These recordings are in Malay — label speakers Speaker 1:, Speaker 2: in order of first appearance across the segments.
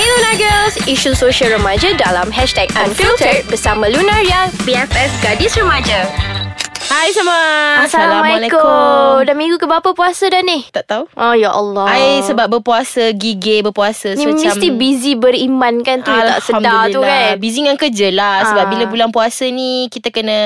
Speaker 1: Lunar Girls, isu sosial remaja dalam hashtag Unfiltered bersama Lunaria, BFF Gadis Remaja.
Speaker 2: Hai semua
Speaker 1: Dah minggu ke berapa puasa dah ni?
Speaker 2: Tak tahu
Speaker 1: Oh, ya Allah.
Speaker 2: I sebab berpuasa Gigih berpuasa
Speaker 1: Ni
Speaker 2: So macam
Speaker 1: Hmm, mesti busy beriman kan tu Tak sedar tu
Speaker 2: Alhamdulillah.
Speaker 1: kan
Speaker 2: Busy dengan kerja lah Sebab
Speaker 1: Ah.
Speaker 2: bila bulan puasa ni Kita kena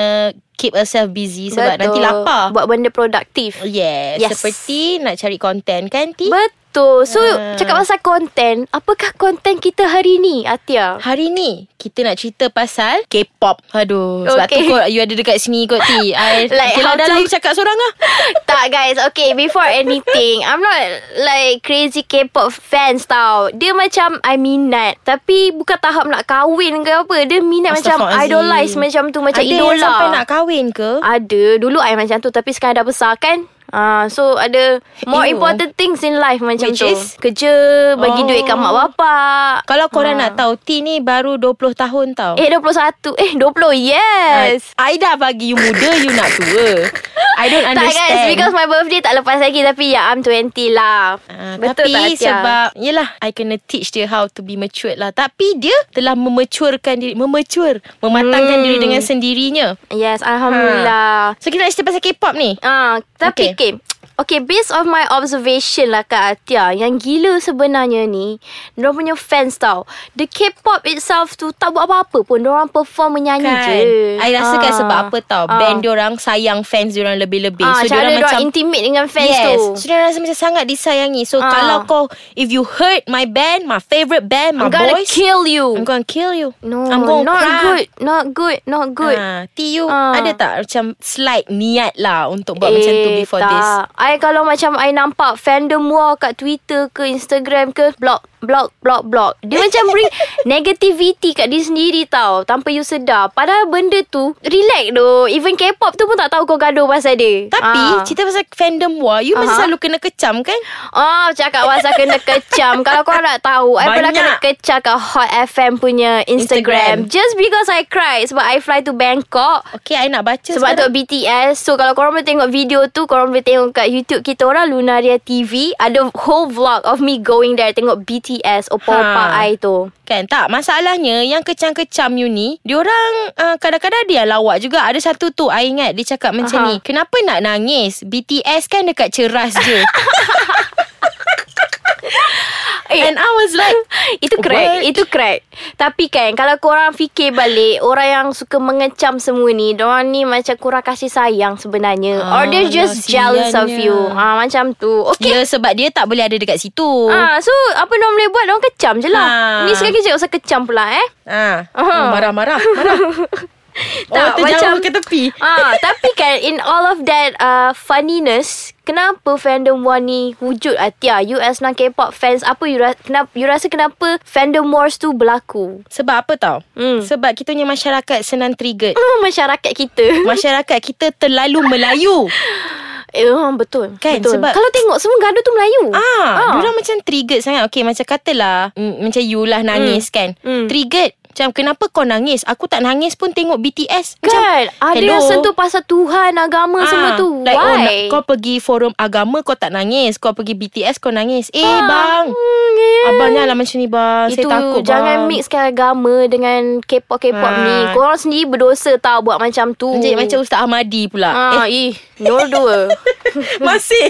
Speaker 2: Keep ourselves busy Sebab nanti lapar
Speaker 1: Buat benda produktif
Speaker 2: Yes,
Speaker 1: Yes.
Speaker 2: yes Seperti nak cari konten kan Ti?
Speaker 1: Betul So
Speaker 2: Ah.
Speaker 1: cakap pasal konten Apakah konten kita hari ni Atia?
Speaker 2: Hari ni Kita nak cerita pasal K-pop Aduh Sebab
Speaker 1: Okay.
Speaker 2: tu kot You ada dekat sini kot Ti I,
Speaker 1: Like
Speaker 2: okay
Speaker 1: how
Speaker 2: lah, dah
Speaker 1: to-
Speaker 2: lah you cakap seorang lah
Speaker 1: tak guys Okay before anything I'm not like Crazy K-pop fans tau Dia macam I minat Tapi bukan tahap nak kahwin ke apa Dia minat macam
Speaker 2: Astaghfirullahalazim.
Speaker 1: Idolize macam tu Macam Ah.
Speaker 2: Ada
Speaker 1: idola
Speaker 2: yang sampai nak kahwin ke
Speaker 1: Ada Dulu I macam tu Tapi sekarang dah besar kan Ah, uh, so ada more
Speaker 2: Ew.
Speaker 1: important things in life macam
Speaker 2: Which
Speaker 1: tu.
Speaker 2: is?
Speaker 1: Kerja, bagi
Speaker 2: Oh.
Speaker 1: duit kat mak bapak.
Speaker 2: Kalau korang nak tahu T ni baru 20 tahun tau
Speaker 1: Ah. Eh 21, eh 20. Yes.
Speaker 2: I dah bagi you muda You nak tua I don't
Speaker 1: Tak
Speaker 2: understand
Speaker 1: guys Because my birthday Tak lepas lagi Tapi ya I'm 20 lah
Speaker 2: Ah,
Speaker 1: Betul tak,
Speaker 2: tapi
Speaker 1: Atia?
Speaker 2: sebab Yelah I kena teach dia How to be matured lah Tapi dia Telah memecurkan diri Memecur
Speaker 1: Hmm.
Speaker 2: Mematangkan diri dengan sendirinya
Speaker 1: Yes Alhamdulillah
Speaker 2: So kita nak cerita pasal K-pop ni
Speaker 1: ha. ah, Tapi okay. okay Okay based on my observation lah Kak Atia Yang gila sebenarnya ni Diorang punya fans tau The K-pop itself tu Tak buat apa-apa pun Diorang perform menyanyi je
Speaker 2: I rasa kan
Speaker 1: Ah.
Speaker 2: sebab apa tau
Speaker 1: Ah.
Speaker 2: Band diorang Sayang fans diorang lebih-lebih
Speaker 1: ah,
Speaker 2: So
Speaker 1: Cara
Speaker 2: diorang
Speaker 1: diorang,
Speaker 2: macam
Speaker 1: intimate dengan fans
Speaker 2: yes.
Speaker 1: tu
Speaker 2: So diorang rasa macam sangat disayangi So
Speaker 1: Ah.
Speaker 2: kalau kau If you hurt my band My favourite band
Speaker 1: I'm
Speaker 2: My
Speaker 1: gonna
Speaker 2: boys
Speaker 1: kill you
Speaker 2: I'm gonna kill you
Speaker 1: No
Speaker 2: I'm gonna
Speaker 1: Not
Speaker 2: cry.
Speaker 1: good Not good Not good
Speaker 2: Ha, TU
Speaker 1: Ah.
Speaker 2: ha. ada tak macam slight niat lah untuk buat eh, macam tu before
Speaker 1: tak.
Speaker 2: this?
Speaker 1: I kalau macam I nampak fandom war kat Twitter ke Instagram ke block block block block. Dia macam bring negativity kat diri sendiri tau tanpa you sedar. Padahal benda tu relax doh. Even K-pop tu pun tak tahu kau gaduh pasal dia.
Speaker 2: Tapi
Speaker 1: Ah.
Speaker 2: cerita pasal fandom war, you
Speaker 1: Aha.
Speaker 2: masih selalu kena kecam kan?
Speaker 1: Oh, cakap pasal kena kecam. Kalau korang nak tahu, I pernah
Speaker 2: Banyak.
Speaker 1: kena kecam kat Hot FM punya Instagram. Instagram.
Speaker 2: Instagram.
Speaker 1: Just because I cry sebab I fly to Bangkok.
Speaker 2: Okay, I nak baca
Speaker 1: Sebab tu
Speaker 2: sekarang.
Speaker 1: BTS So kalau korang boleh tengok video tu Korang boleh tengok kat YouTube kita orang Lunaria TV Ada whole vlog of me going there Tengok BTS Opa-opa
Speaker 2: Ha.
Speaker 1: I tu
Speaker 2: Kan tak Masalahnya Yang kecam-kecam you ni Diorang uh, Kadang-kadang dia lawak juga Ada satu tu I ingat Dia cakap macam
Speaker 1: Aha.
Speaker 2: ni Kenapa nak nangis BTS kan dekat ceras je
Speaker 1: Eh,
Speaker 2: And I was like
Speaker 1: itu crack
Speaker 2: What?
Speaker 1: Itu crack Tapi kan Kalau korang fikir balik Orang yang suka mengecam semua ni Diorang ni macam kurang kasih sayang sebenarnya Or
Speaker 2: Ah,
Speaker 1: they're just
Speaker 2: kasihannya.
Speaker 1: jealous of you ha, Macam tu Okay
Speaker 2: Ya sebab dia tak boleh ada dekat situ
Speaker 1: Ah, so apa diorang boleh buat Diorang kecam je lah
Speaker 2: Ya. Ha.
Speaker 1: Ni sekarang kejap Usah kecam pula eh
Speaker 2: Ah,
Speaker 1: Aha.
Speaker 2: oh, marah-marah marah.
Speaker 1: Tak,
Speaker 2: oh, terjauh
Speaker 1: macam-
Speaker 2: ke tepi
Speaker 1: Ah, tapi kan in all of that uh, funniness, kenapa fandom war ni wujud Atia? You as non K-pop fans, apa you, ra- kenapa, you rasa kenapa fandom wars tu berlaku?
Speaker 2: Sebab apa tau
Speaker 1: Hmm.
Speaker 2: Sebab kita punya masyarakat Senang triggered
Speaker 1: Hmm, masyarakat kita.
Speaker 2: Masyarakat kita terlalu Melayu
Speaker 1: Eh, ah, betul.
Speaker 2: Kan,
Speaker 1: betul.
Speaker 2: sebab-
Speaker 1: Kalau tengok semua gaduh tu Melayu.
Speaker 2: Ah, ah. Diorang macam triggered sangat Okay macam katalah mm, Macam you lah nangis kan
Speaker 1: Hmm.
Speaker 2: Triggered Macam kenapa kau nangis Aku tak nangis pun tengok BTS Macam
Speaker 1: Kan, ada
Speaker 2: hello.
Speaker 1: yang sentuh pasal Tuhan, agama semua
Speaker 2: Ah,
Speaker 1: tu.
Speaker 2: like, Oh, nak,
Speaker 1: Why?
Speaker 2: kau pergi forum agama Kau tak nangis Kau pergi BTS kau nangis Eh
Speaker 1: Ah,
Speaker 2: bang
Speaker 1: hmm, eh.
Speaker 2: Abang janganlah macam ni bang
Speaker 1: Itu
Speaker 2: Saya takut
Speaker 1: jangan
Speaker 2: bang
Speaker 1: mixkan agama dengan K-pop K-pop
Speaker 2: Ah.
Speaker 1: ni. Korang sendiri berdosa tau buat macam tu.
Speaker 2: Macam, macam Ustaz Ahmadi pula eh,
Speaker 1: Ah, eh. ih, nombor dua.
Speaker 2: Masih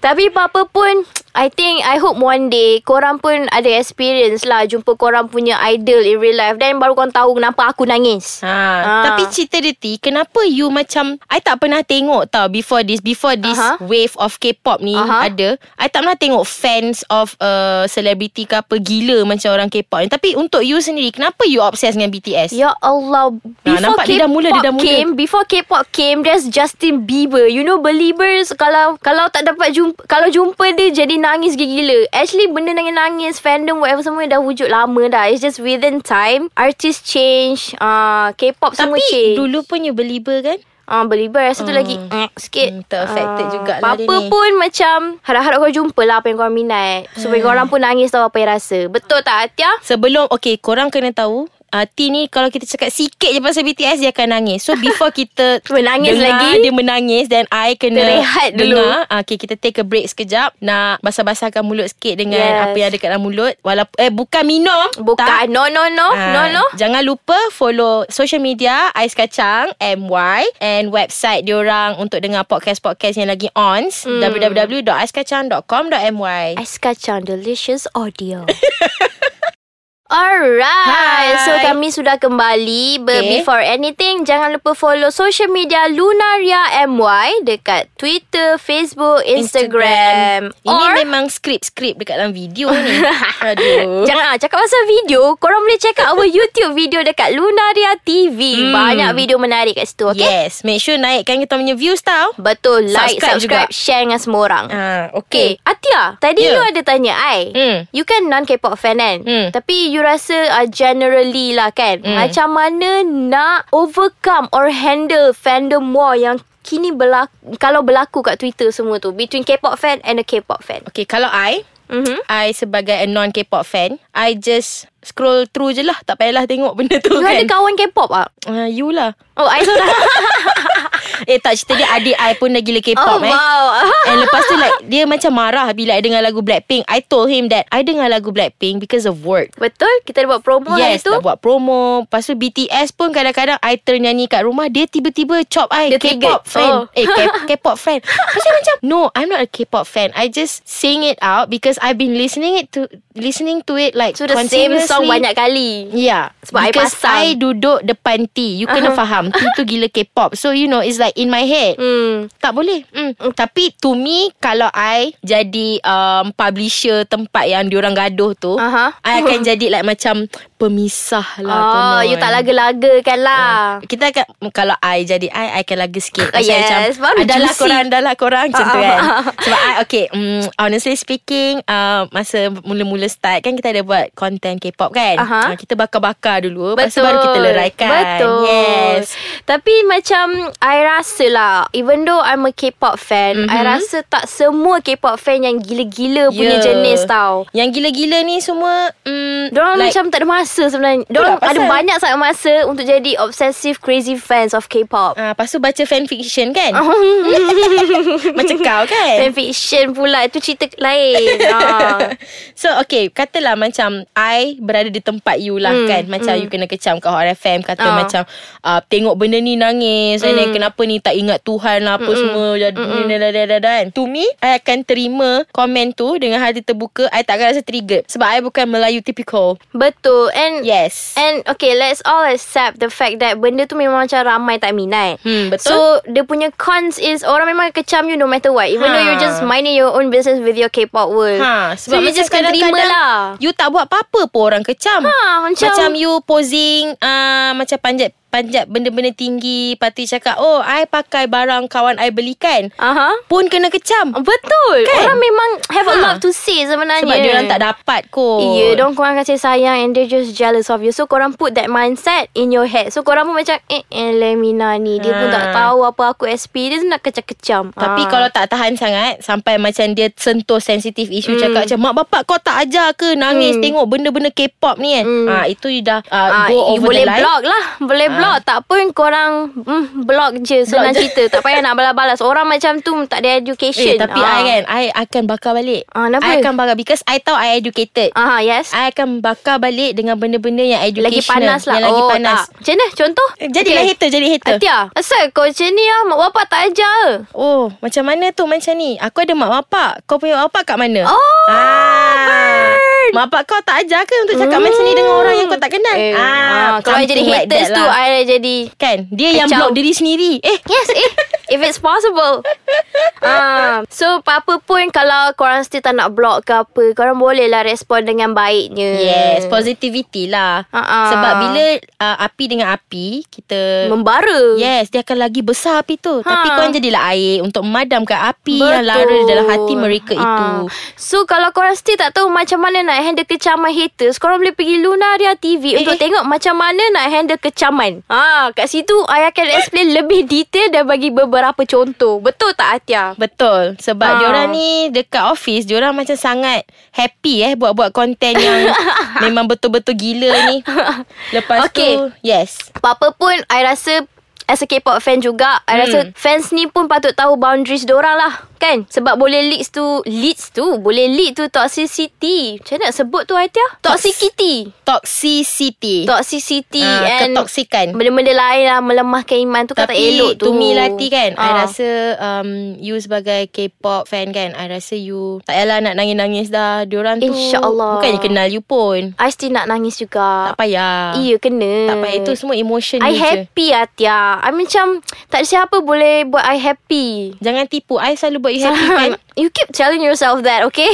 Speaker 1: Tapi apa-apa pun I think I hope one day Korang pun ada experience lah Jumpa korang punya idol in real life Then baru korang tahu Kenapa aku nangis
Speaker 2: Ha,
Speaker 1: Ah.
Speaker 2: Tapi cerita dia Ti Kenapa you macam I tak pernah tengok tau Before this Before this
Speaker 1: Aha.
Speaker 2: uh-huh. Wave of K-pop ni
Speaker 1: Aha.
Speaker 2: uh-huh. Ada I tak pernah tengok Fans of uh, Celebrity ke apa Gila macam orang K-pop ni Tapi untuk you sendiri Kenapa you obsessed dengan BTS
Speaker 1: Ya Allah Before
Speaker 2: nampak
Speaker 1: K-pop
Speaker 2: dia dah mula, dia dah mula.
Speaker 1: came Before K-pop came There's Justin Bieber You know believers Kalau kalau tak dapat jumpa Kalau jumpa dia Jadi nangis gila-gila Actually benda nangis-nangis Fandom whatever semua Dah wujud lama dah It's just within time Artist change uh, K-pop semua
Speaker 2: Tapi
Speaker 1: change
Speaker 2: dulu pun you believer kan
Speaker 1: Ah, believer Rasa tu lagi eh, Sikit
Speaker 2: Hmm, teraffected
Speaker 1: Ah,
Speaker 2: jugalah dia
Speaker 1: Apa-apa
Speaker 2: ni.
Speaker 1: pun macam Harap-harap kau jumpa lah Apa yang
Speaker 2: Hmm.
Speaker 1: korang minat Supaya korang pun nangis tahu Apa yang rasa Betul tak Atia?
Speaker 2: Sebelum Okay korang kena tahu uh, T ni Kalau kita cakap sikit je pasal BTS Dia akan nangis So before kita
Speaker 1: Menangis
Speaker 2: dengar
Speaker 1: lagi.
Speaker 2: Dia menangis Then I kena
Speaker 1: Terehat dulu.
Speaker 2: dengar. Ah, Okay kita take a break sekejap Nak basah-basahkan mulut sikit Dengan
Speaker 1: Yes.
Speaker 2: apa yang ada kat dalam mulut Walaupun Eh bukan minum
Speaker 1: Bukan.
Speaker 2: tak.
Speaker 1: No, no, no.
Speaker 2: Ah,
Speaker 1: no, no.
Speaker 2: Jangan lupa follow social media Ais Kacang MY and website diorang untuk dengar podcast-podcast yang lagi on
Speaker 1: Hmm.
Speaker 2: mm. www.aiskacang.com.my.
Speaker 1: Ais kacang delicious audio. Alright
Speaker 2: Hai.
Speaker 1: So kami sudah kembali But
Speaker 2: Okay.
Speaker 1: before anything Jangan lupa follow Social media Lunaria MY Dekat Twitter Facebook Instagram,
Speaker 2: Ini
Speaker 1: Or
Speaker 2: memang skrip-skrip dekat dalam video ni. Aduh.
Speaker 1: Jangan ah, cakap pasal video Korang boleh check out Our YouTube video Dekat Lunaria TV
Speaker 2: Hmm.
Speaker 1: Banyak video menarik kat situ Okay yeah.
Speaker 2: Yes, make sure naikkan kita punya views tau.
Speaker 1: Betul Like,
Speaker 2: Subscribe
Speaker 1: subscribe,
Speaker 2: juga.
Speaker 1: share dengan semua orang
Speaker 2: Ah,
Speaker 1: Okay,
Speaker 2: okay.
Speaker 1: Atia, tadi
Speaker 2: Ya.
Speaker 1: yeah. you ada tanya I.
Speaker 2: Hmm.
Speaker 1: You kan non K-pop fan kan
Speaker 2: Hmm.
Speaker 1: Tapi you rasa uh, Generally lah kan
Speaker 2: Hmm.
Speaker 1: Macam mana Nak overcome Or handle Fandom war Yang kini berlaku Kalau berlaku kat Twitter semua tu Between K-pop fan And a K-pop fan
Speaker 2: Okay, kalau I,
Speaker 1: mm-hmm.
Speaker 2: I sebagai a non K-pop fan, I just scroll through je lah. Tak payahlah tengok benda tu
Speaker 1: You
Speaker 2: kan.
Speaker 1: ada kawan K-pop ah?
Speaker 2: Ah, you lah.
Speaker 1: Oh I seorang
Speaker 2: Eh tak cerita dia adik I pun dah gila
Speaker 1: Oh
Speaker 2: K-pop eh.
Speaker 1: wow
Speaker 2: And lepas tu like Dia macam marah Bila I dengar lagu Blackpink I told him that I dengar lagu Blackpink Because of work
Speaker 1: Betul Kita ada buat promo
Speaker 2: Yes
Speaker 1: hari tu
Speaker 2: dah buat promo Lepas tu BTS pun Kadang-kadang I ternyanyi kat rumah Dia tiba-tiba chop I
Speaker 1: Dia
Speaker 2: K-pop
Speaker 1: triggered.
Speaker 2: fan
Speaker 1: Oh.
Speaker 2: Eh K- K-pop fan Pasal macam No I'm not a K-pop fan I just sing it out Because I've been listening it to Listening to it like
Speaker 1: So the same song
Speaker 2: continuously.
Speaker 1: Banyak kali
Speaker 2: Yeah
Speaker 1: Sebab I
Speaker 2: Because
Speaker 1: pasang. Uh-huh.
Speaker 2: I duduk depan T You kena faham T tu gila K-pop So you know It's like in my head
Speaker 1: Hmm
Speaker 2: tak boleh mm. Mm. Tapi to me Kalau I Jadi um, Publisher tempat Yang diorang gaduh tu
Speaker 1: Aha.
Speaker 2: I akan jadi like Macam Pemisah lah
Speaker 1: Oh
Speaker 2: konon.
Speaker 1: you tak laga-laga kan lah
Speaker 2: Kita akan Kalau I jadi I I akan laga sikit
Speaker 1: Ah, yes. Baru
Speaker 2: Adalah
Speaker 1: juicy.
Speaker 2: korang Adalah korang Macam
Speaker 1: Ah, ah,
Speaker 2: tu kan
Speaker 1: ah,
Speaker 2: Sebab I Okay um, Honestly speaking uh, Masa mula-mula start Kan kita ada buat Content K-pop kan
Speaker 1: Aha.
Speaker 2: Ah, Kita bakar-bakar dulu Lepas tu baru kita leraikan
Speaker 1: Betul
Speaker 2: Yes
Speaker 1: Tapi macam I rasa lah Even though I'm a K-pop fan
Speaker 2: Mhm.
Speaker 1: mm-hmm. I rasa tak semua K-pop fan Yang gila-gila yeah. punya
Speaker 2: Yeah.
Speaker 1: jenis tau
Speaker 2: Yang gila-gila ni semua mm,
Speaker 1: Diorang like, macam tak ada masa sebenarnya Diorang
Speaker 2: Itulah,
Speaker 1: ada
Speaker 2: pasal-
Speaker 1: banyak sangat masa Untuk jadi obsessive crazy fans of K-pop
Speaker 2: Ah, lepas tu baca fanfiction kan Macam kau kan
Speaker 1: Fan fiction pula Itu cerita lain ha.
Speaker 2: So okay Katalah macam I berada di tempat you lah
Speaker 1: Hmm,
Speaker 2: kan Macam you kena kecam kat Hot FM Kata
Speaker 1: Ah. Hmm.
Speaker 2: macam uh, Tengok benda ni nangis And then kenapa ni tak ingat Tuhan lah Apa semua dan, dan, dan, dan, dan, dan. To me I akan terima komen tu Dengan hati terbuka I tak akan rasa triggered Sebab I bukan Melayu typical
Speaker 1: Betul And
Speaker 2: Yes
Speaker 1: And okay Let's all accept The fact that Benda tu memang macam Ramai tak minat
Speaker 2: Hmm, betul.
Speaker 1: So Dia punya cons is Orang memang kecam you No matter what Even
Speaker 2: Ha.
Speaker 1: ha. though you're just Minding your own business With your K-pop world
Speaker 2: Ha,
Speaker 1: So
Speaker 2: sebab
Speaker 1: you
Speaker 2: macam
Speaker 1: just kena terima
Speaker 2: kadang-kadang
Speaker 1: lah
Speaker 2: You tak buat apa-apa pun orang kecam
Speaker 1: Ha macam,
Speaker 2: Macam, macam you posing uh, Macam panjat Panjat benda-benda tinggi Lepas tu you cakap Oh I pakai barang Kawan I belikan
Speaker 1: Aha
Speaker 2: Pun kena kecam
Speaker 1: Betul Uh-huh.
Speaker 2: Kan?
Speaker 1: kan? Orang memang Have a
Speaker 2: Ha.
Speaker 1: lot to say sebenarnya
Speaker 2: Sebab dia orang tak dapat kot
Speaker 1: Ya, yeah, dong korang kasih sayang and they're just jealous of you. So korang put that mindset in your head. So korang pun macam eh eh Lemina ni dia pun
Speaker 2: Ha.
Speaker 1: tak tahu apa aku experience nak kecam-kecam.
Speaker 2: tapi
Speaker 1: Ha.
Speaker 2: kalau tak tahan sangat Sampai macam dia sentuh sensitif isu
Speaker 1: Hmm.
Speaker 2: Cakap macam Mak bapak kau tak ajar ke Nangis tengok benda-benda K-pop ni kan ha, Itu you dah uh,
Speaker 1: Hmm. Ah,
Speaker 2: Go
Speaker 1: you
Speaker 2: over
Speaker 1: boleh
Speaker 2: the line Ah.
Speaker 1: block lah Boleh block Tak pun korang mm, Block je Senang
Speaker 2: je.
Speaker 1: cerita Tak payah nak balas-balas Orang macam tu Tak ada education
Speaker 2: eh, Tapi I kan I akan bakar balik
Speaker 1: Ah, kenapa? Ah.
Speaker 2: I akan bakar Because I tahu I educated
Speaker 1: Aha, yes
Speaker 2: I akan bakar balik Dengan benda-benda yang educational
Speaker 1: Lagi panas lah
Speaker 2: Yang lagi
Speaker 1: oh,
Speaker 2: panas
Speaker 1: tak. Macam mana contoh
Speaker 2: Jadilah hater Jadi lah hater
Speaker 1: Atia Asal kau macam ni lah Mak bapak tak ajar ke?
Speaker 2: Oh, macam mana tu macam ni? Aku ada mak bapak. Kau punya mak bapak kat mana?
Speaker 1: Oh,
Speaker 2: Ah. Mak bapak kau tak ajar ke untuk cakap
Speaker 1: Hmm.
Speaker 2: macam ni dengan orang yang kau tak kenal?
Speaker 1: eh, ah, Kalau I jadi
Speaker 2: something like
Speaker 1: haters
Speaker 2: that
Speaker 1: tu
Speaker 2: lah.
Speaker 1: I jadi
Speaker 2: kan, dia yang
Speaker 1: Kacau.
Speaker 2: block diri sendiri. Eh,
Speaker 1: Yes eh If it's possible ah, So apa-apa pun Kalau korang still tak nak block ke apa Korang boleh lah respon dengan baiknya
Speaker 2: Yes, positivity lah.
Speaker 1: Hmm. Ah, ah.
Speaker 2: Sebab bila uh, api dengan api, kita
Speaker 1: Membara
Speaker 2: Yes, dia akan lagi besar api tu. Ha. Tapi
Speaker 1: Ha.
Speaker 2: korang jadilah air
Speaker 1: Ah.
Speaker 2: untuk memadamkan api Betul. yang lara dalam hati mereka ha. itu.
Speaker 1: So kalau korang still tak tahu macam mana nak nak handle kecaman haters Korang boleh pergi Lunaria TV eh, Untuk eh. tengok macam mana nak handle kecaman ha, Kat situ I akan explain lebih detail Dan bagi beberapa contoh Betul tak Atia?
Speaker 2: Betul Sebab
Speaker 1: Ah.
Speaker 2: ha. diorang ni Dekat office Diorang macam sangat Happy eh Buat-buat konten yang Memang betul-betul gila ni Lepas
Speaker 1: Okay.
Speaker 2: tu Yes
Speaker 1: Apa-apa pun I rasa As a K-pop fan juga I rasa
Speaker 2: Hmm.
Speaker 1: fans ni pun patut tahu boundaries dorang lah Kan Sebab boleh leads tu Leads tu Boleh lead tu toxicity Macam mana nak sebut tu Aitia? Toxicity
Speaker 2: Toxicity
Speaker 1: Toxicity
Speaker 2: Ah,
Speaker 1: and
Speaker 2: Ketoksikan
Speaker 1: Benda-benda lain lah Melemahkan iman tu Kata
Speaker 2: Tapi
Speaker 1: elok tu
Speaker 2: to me Lati kan I
Speaker 1: Ah.
Speaker 2: rasa um, You sebagai K-pop fan kan I rasa you Tak payahlah nak nangis-nangis dah Diorang tu
Speaker 1: InsyaAllah.
Speaker 2: Bukannya kenal you pun
Speaker 1: I still nak nangis juga
Speaker 2: Tak payah
Speaker 1: Iya kena
Speaker 2: Tak payah Itu semua emotion
Speaker 1: I
Speaker 2: you je
Speaker 1: happy Atia I macam Tak ada siapa boleh Buat I happy
Speaker 2: Jangan tipu I selalu buat you happy kan
Speaker 1: You keep telling yourself that Okay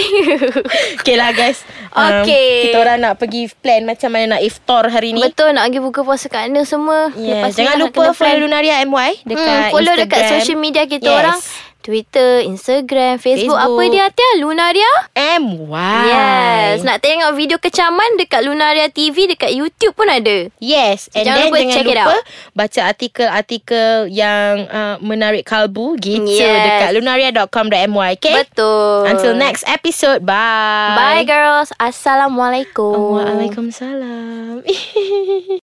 Speaker 2: Okay lah guys
Speaker 1: Okay.
Speaker 2: Kita orang nak pergi plan Macam mana nak iftar hari ni
Speaker 1: Betul nak pergi buka puasa kat mana semua
Speaker 2: yes.
Speaker 1: ni
Speaker 2: Jangan
Speaker 1: nak kena
Speaker 2: lupa
Speaker 1: plan.
Speaker 2: follow Lunaria MY Dekat
Speaker 1: hmm, Follow
Speaker 2: Instagram.
Speaker 1: dekat social media kita
Speaker 2: Yes.
Speaker 1: orang Twitter, Instagram, Facebook,
Speaker 2: Facebook.
Speaker 1: Apa dia Atia? Lunaria?
Speaker 2: MY
Speaker 1: Yes Nak tengok video kecaman Dekat Lunaria TV Dekat YouTube pun ada
Speaker 2: Yes And
Speaker 1: Jangan
Speaker 2: then
Speaker 1: lupa
Speaker 2: jangan
Speaker 1: check it
Speaker 2: lupa
Speaker 1: out.
Speaker 2: Baca artikel-artikel Yang uh, menarik kalbu Gitu
Speaker 1: Yes.
Speaker 2: Dekat lunaria.com.my Okay
Speaker 1: Betul
Speaker 2: Until next episode Bye
Speaker 1: Bye girls Assalamualaikum
Speaker 2: Waalaikumsalam